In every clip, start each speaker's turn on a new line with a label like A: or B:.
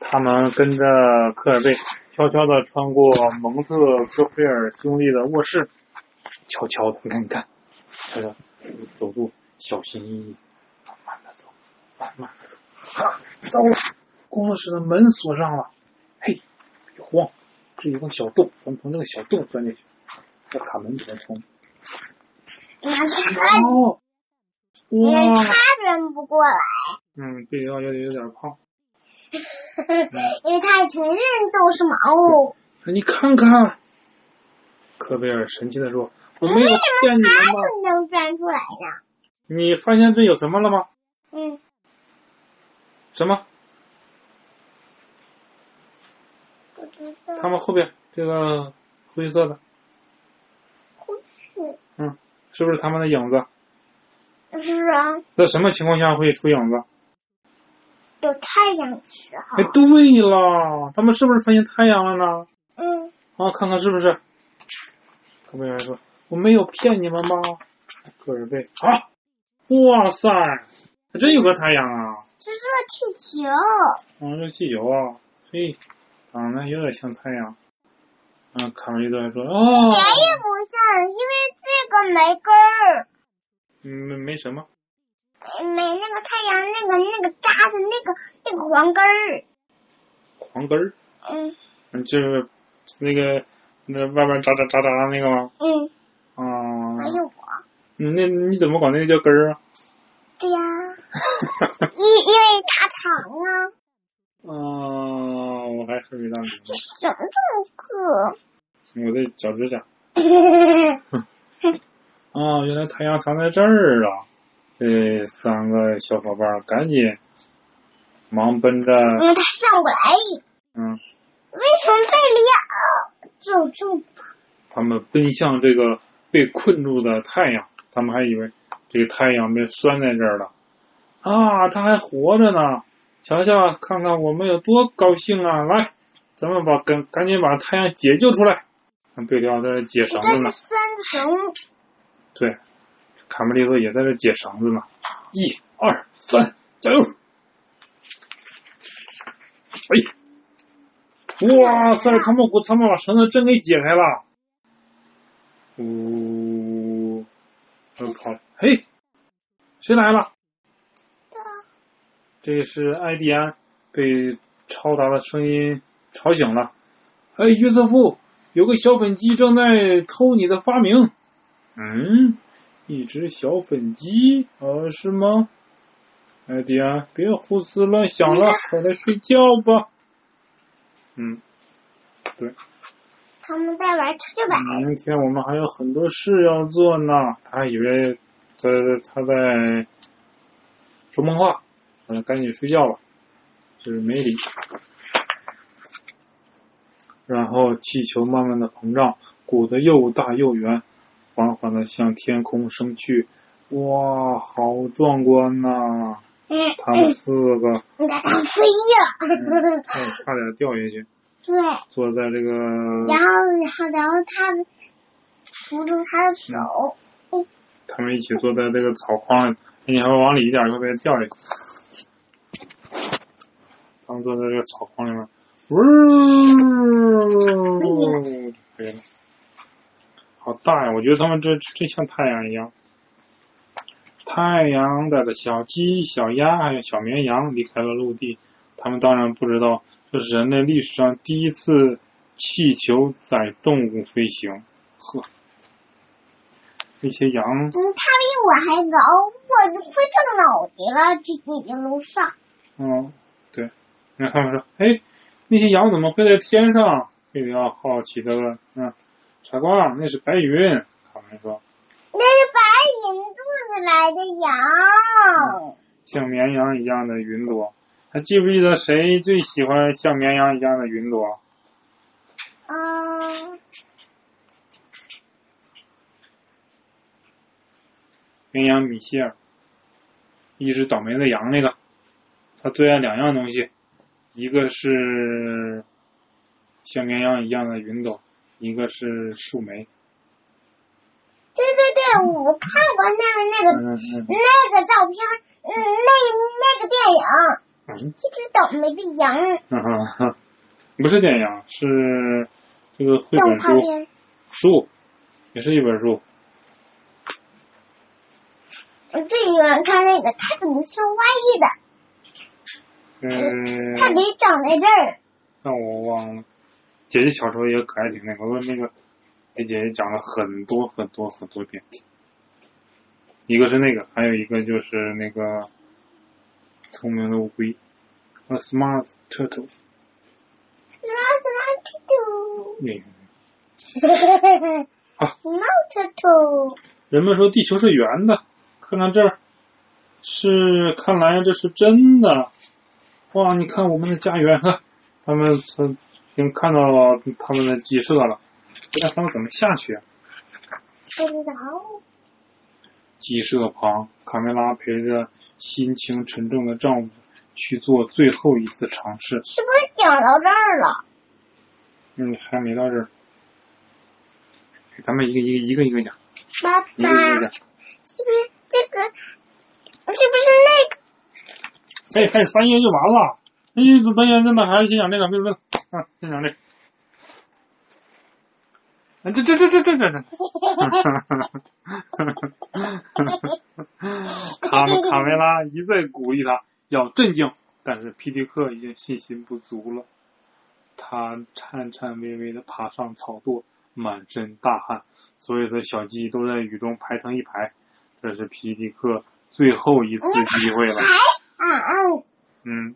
A: 他们跟着科尔贝悄悄地穿过蒙特戈菲尔兄弟的卧室，悄悄的，你看，你看，悄悄地走路，小心翼翼，慢慢的走，慢慢的走。啊，糟了，工作室的门锁上了。嘿，别慌，这有个小洞，咱们从这个小洞钻进去。要卡门怎么冲？
B: 那是他，
A: 哦，
B: 连
A: 哇
B: 他，转不过来，
A: 嗯，这个要求有点胖。
B: 因为他全身都是毛。
A: 你看看，科贝尔神气的说：“我没有骗你们吧？
B: 不能钻出来呢。
A: 你发现这有什么了吗？
B: 嗯，
A: 什么？
B: 不知道。
A: 他们后边这个灰色的，嗯
B: 不是，
A: 是不是他们的影子？
B: 是啊，
A: 在什么情况下会出影子？
B: 有太阳的时
A: 哎
B: 候。，
A: 对了，他们是不是发现太阳了呢？
B: 嗯，
A: 啊，看看是不是？科贝尔说：“我没有骗你们吧？”科尔贝啊，哇塞，还真有个太阳啊！
B: 这是个气球。
A: 啊，热气球啊，嘿，长得有点像太阳。嗯，卡梅利多还说：“哦，
B: 谁也不像，因为这个没根儿，
A: 嗯没没什么。
B: 没那个太阳那个那个扎的那个那个黄根儿。
A: 黄根儿，
B: 嗯
A: 嗯，就是那个那外边扎扎扎扎那个吗？
B: 嗯，
A: 啊、
B: 还有我。
A: 你那你怎么管那个叫根儿啊？
B: 对呀、因因为它长啊，
A: 啊、我还是没大明
B: 这什么这么个？
A: 白，我的脚指甲。
B: 嗯
A: 啊、原来太阳藏在这儿了。这三个小伙伴赶紧忙奔着，，
B: 它嗯上不来，
A: 嗯，
B: 为什么啊被俩咒住？
A: 他们奔向这个被困住的太阳，他们还以为这个太阳被拴在这儿了，啊，它还活着呢！瞧瞧，看看我们有多高兴啊！来，咱们把赶赶紧把太阳解救出来。啊看贝利奥在这解绳
B: 但
A: 子呢
B: 是，拴绳，
A: 对，卡梅利多也在这解绳子呢。一二三，加油！哎，哇塞！他们他们把绳子真给解开了。呜、他们跑了。嘿，谁来了？这是艾迪安被嘈杂的声音吵醒了。哎，约瑟夫，有个小粉鸡正在偷你的发明。嗯，一只小粉鸡？呃，是吗？艾迪安，别胡思乱想了，快来睡觉吧。嗯，
B: 他们在玩跷跷板，
A: 明啊天我们还有很多事要做呢。他以为在他在说梦话，好了，赶紧睡觉吧。就是没理。然后气球慢慢的膨胀，鼓得又大又圆，缓缓的向天空升去。哇，好壮观呐、
B: 嗯
A: 他们四个，
B: 嗯，它飞呀，
A: 哎，差点掉下去，
B: 对，
A: 坐在这个
B: 然后然后然后它扶住他的手，
A: 他们一起坐在这个草筐里，你还往里一点，会不会掉下去？他们坐在这个草筐里面，呜，飞了，好大呀！我觉得他们这这像太阳一样。太阳带着小鸡、小鸭还有小绵羊离开了陆地，他们当然不知道这是人类历史上第一次气球载动物飞行。呵，那些羊
B: 嗯，它比我还高，我都快撞脑袋了，这几个楼上。
A: 嗯，对。然后他们说：“哎，那些羊怎么会在天上？”贝里奥好奇的问：“嗯，傻瓜，那是白云。”卡门说
B: 那是白云肚子来的羊，：“
A: 像绵羊一样的云朵，还记不记得谁最喜欢像绵羊一样的云朵？
B: 嗯，
A: 绵羊米歇尔，一只倒霉的羊那个，他最爱两样东西，一个是像绵羊一样的云朵，一个是树莓。
B: 对对对，我看过那个那个
A: 嗯嗯嗯
B: 那个照片，嗯，那那个电影，
A: 嗯
B: 这只倒霉的羊
A: 嗯哼哼，不是电影，是这个绘
B: 在我
A: 本
B: 旁
A: 书
B: 边，
A: 书，也是一本书。
B: 我最喜欢看那个它怎么是歪的，
A: 嗯，
B: 它得长在这儿。
A: 但我忘了。姐姐小时候也可爱听那个，我那个给姐姐讲了很多很多很多遍。一个是那个，还有一个就是那个聪明的乌龟，A Smart Turtle。
B: Smart
A: 嗯
B: turtle,
A: 啊
B: smart turtle，
A: 人们说地球是圆的，看看这儿，是看来这是真的。哇，你看我们的家园，啊，他们曾经看到了他们的鸡舍了，那他们怎么下去啊？
B: 不知道。
A: 鸡舍旁，卡梅拉陪着心情沉重的丈夫去做最后一次尝试。
B: 是不是讲到这儿了？
A: 嗯，还没到这儿，咱们一个一个一个一个讲，
B: 爸
A: 一个一个
B: 爸，
A: 讲。
B: 是不是这个？是不是那个？
A: 哎，还有三页就完了。哎，导演，那那还是先讲这个，别别，嗯，先讲这个。啊，这这这这这这 这，卡梅卡梅拉一再鼓励他要镇静，但是皮迪克已经信心不足了。他颤颤巍巍地爬上草垛，满身大汗，所有的小鸡都在雨中排成一排。这是皮迪克最后一次机会了。
B: 啊嗯
A: 嗯，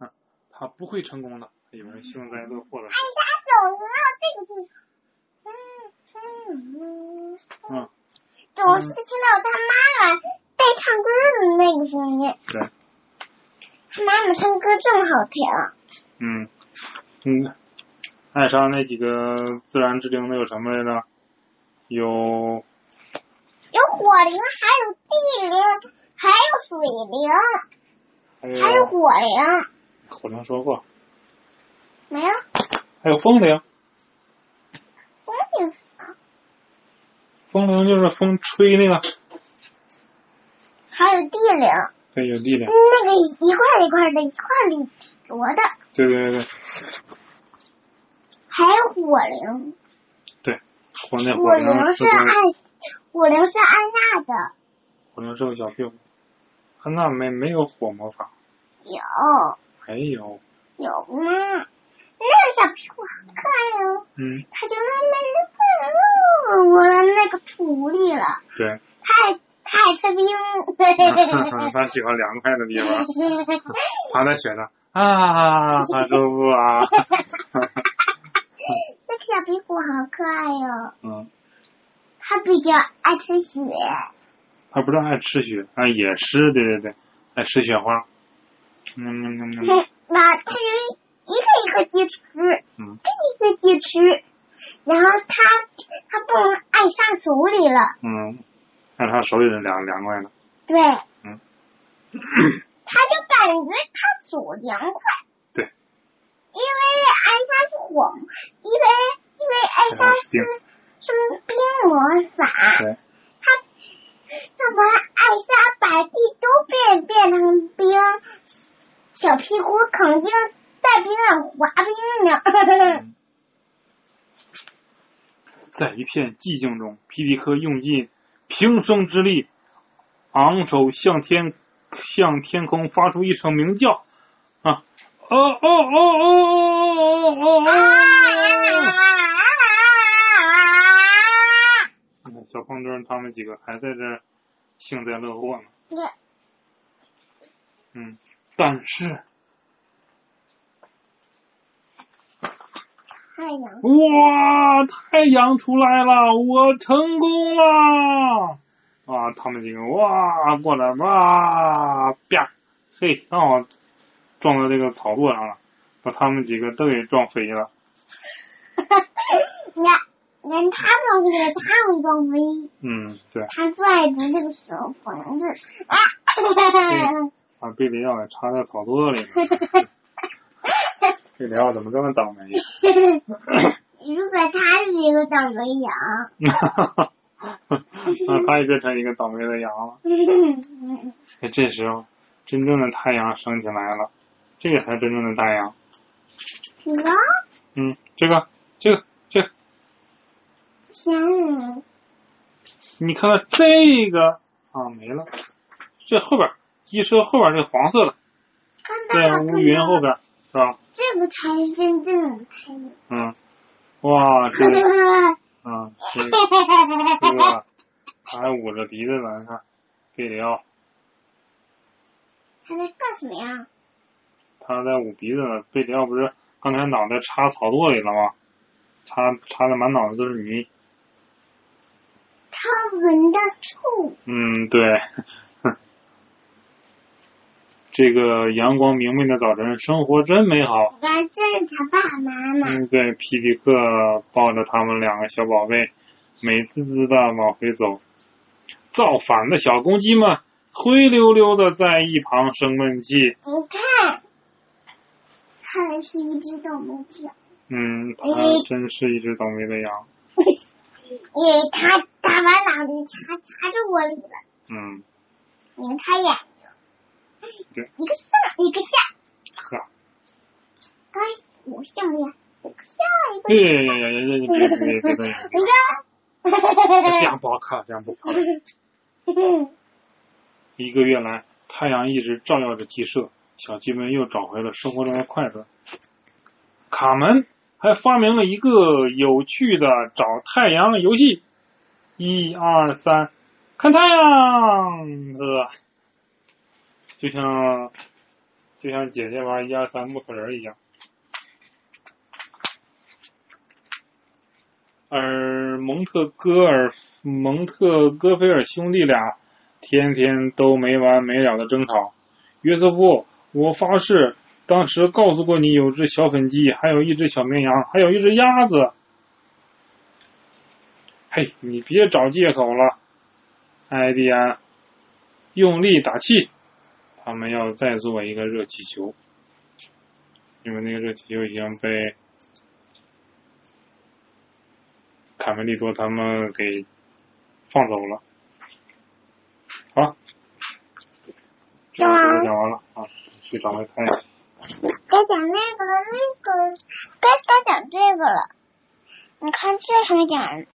B: 啊！
A: 他不会成功的。有人幸灾乐祸了
B: 哎，。他走了，这个地嗯嗯嗯，
A: 嗯，
B: 总是听到他妈妈在唱歌的那个声音，
A: 嗯对，
B: 他妈妈唱歌正好听。
A: 嗯，嗯，爱上那几个自然之灵的有什么来着？有，
B: 有火灵，还有地灵，还有水灵，
A: 还
B: 还
A: 有，
B: 有火灵，
A: 口灵说过，
B: 没了。
A: 还有风铃。
B: 我有啥？
A: 风铃就是风吹那个，
B: 还有地灵，
A: 对，有力量。
B: 那个一块一块的，一块里摞的，
A: 对对对对
B: 还有火灵。
A: 对，火那
B: 火
A: 火
B: 灵
A: 铃
B: 是按，火灵是按娜的，
A: 火铃是个小屁股。安娜没没有火魔法，
B: 有
A: 没有。
B: 有吗？那个小屁股好可爱哦，
A: 嗯，
B: 它就慢慢的我的那个土里了，
A: 对，
B: 它爱它爱吃 冰。
A: 他喜欢凉快的地方。
B: 这
A: 他在选呢啊，好舒服 啊！
B: 小屁股好可爱哟、
A: 嗯，
B: 它比较爱吃雪，
A: 他不是爱吃雪啊，也是对对对，爱吃雪花。嗯嗯嗯嗯
B: 它 把它就一个一个去吃，
A: 嗯，
B: 一个一个去吃，然后它它不能爱上手里了，
A: 嗯，让他手里的凉凉快了。
B: 对，
A: 嗯
B: 它就感觉它手凉快，
A: 对，
B: 因为艾莎是火，因为因为艾莎是是冰魔法，
A: 对，
B: 他他把艾莎把地都变变成冰，小屁股肯定在冰上滑冰
A: 嗯
B: 呢。
A: 在一片寂静中，皮迪克用尽平生之力，昂首向天，向天空发出一声鸣叫。啊！哦哦哦哦哦哦哦哦！你看小胖墩他们几个还在这儿幸灾乐祸呢。嗯，但是
B: 太阳，
A: 哇，太阳出来了，我成功了！啊，他们几个哇过来哇啪，嘿，刚好撞到这个草垛上了，把他们几个都给撞飞了。
B: 连连他都给他们装飞，
A: 嗯，对，
B: 他拽着那个小房子 啊！
A: 把贝里奥给插在草垛里了。贝里奥怎么这么倒霉？
B: 如果他是一个倒霉羊，
A: 哈哈， 那他也变成一个倒霉的羊了。哎这时候，真正的太阳升起来了，这个才是真正的太阳。
B: 什么？
A: 嗯，这个，这个，这个，
B: 天哪！
A: 你看看这个啊，没了。这后边一车后边这个黄色的，
B: 看到
A: 在
B: 了，
A: 乌云后
B: 看到
A: 边
B: 了，
A: 是吧？
B: 这个才是真正的太阳。
A: 嗯，哇，这个，啊，这个。这个他还捂着鼻子呢，你看，贝里奥
B: 他在干什么呀？
A: 他在捂鼻子呢。贝里奥不是刚才脑袋插草垛里了吗？插插的满脑子都是泥。
B: 他闻得臭，
A: 嗯，对。 这个阳光明媚的早晨，生活真美好。
B: 我看这是他爸爸妈妈。
A: 嗯，对，皮迪克抱着他们两个小宝贝，美滋滋的往回走。造反的小公鸡们灰溜溜的在一旁生闷气。
B: 你看，他的是一只倒霉鸡，
A: 嗯，它真是一只倒霉的羊。
B: 因为哎他打完脑袋插插着窝里了。
A: 嗯，
B: 你们看眼睛
A: 对，
B: 一个上一个下，
A: 呵，
B: 刚我上呀，一个下一
A: 哎
B: 个
A: 呀呀呀呀呀！你别别别别动！
B: 下，你看，
A: 这样不好看，这样不好看。
B: 嗯
A: 一个月来，太阳一直照耀着鸡舍，小鸡们又找回了生活中的快乐。卡门还发明了一个有趣的找太阳游戏，一二三，看太阳，呃，就像就像姐姐玩一二三木头人一样。而蒙特戈尔蒙特戈菲尔兄弟俩天天都没完没了的争吵。约瑟夫，我发誓，当时告诉过你有只小粉鸡，还有一只小绵羊，还有一只鸭子。嘿，你别找借口了，艾迪安，用力打气。他们要再做一个热气球，因为那个热气球已经被卡梅利多他们给放走了。好，这个故事讲完了啊，去找来看一下。
B: 该讲那个了，那个该该讲这个了。你看这还讲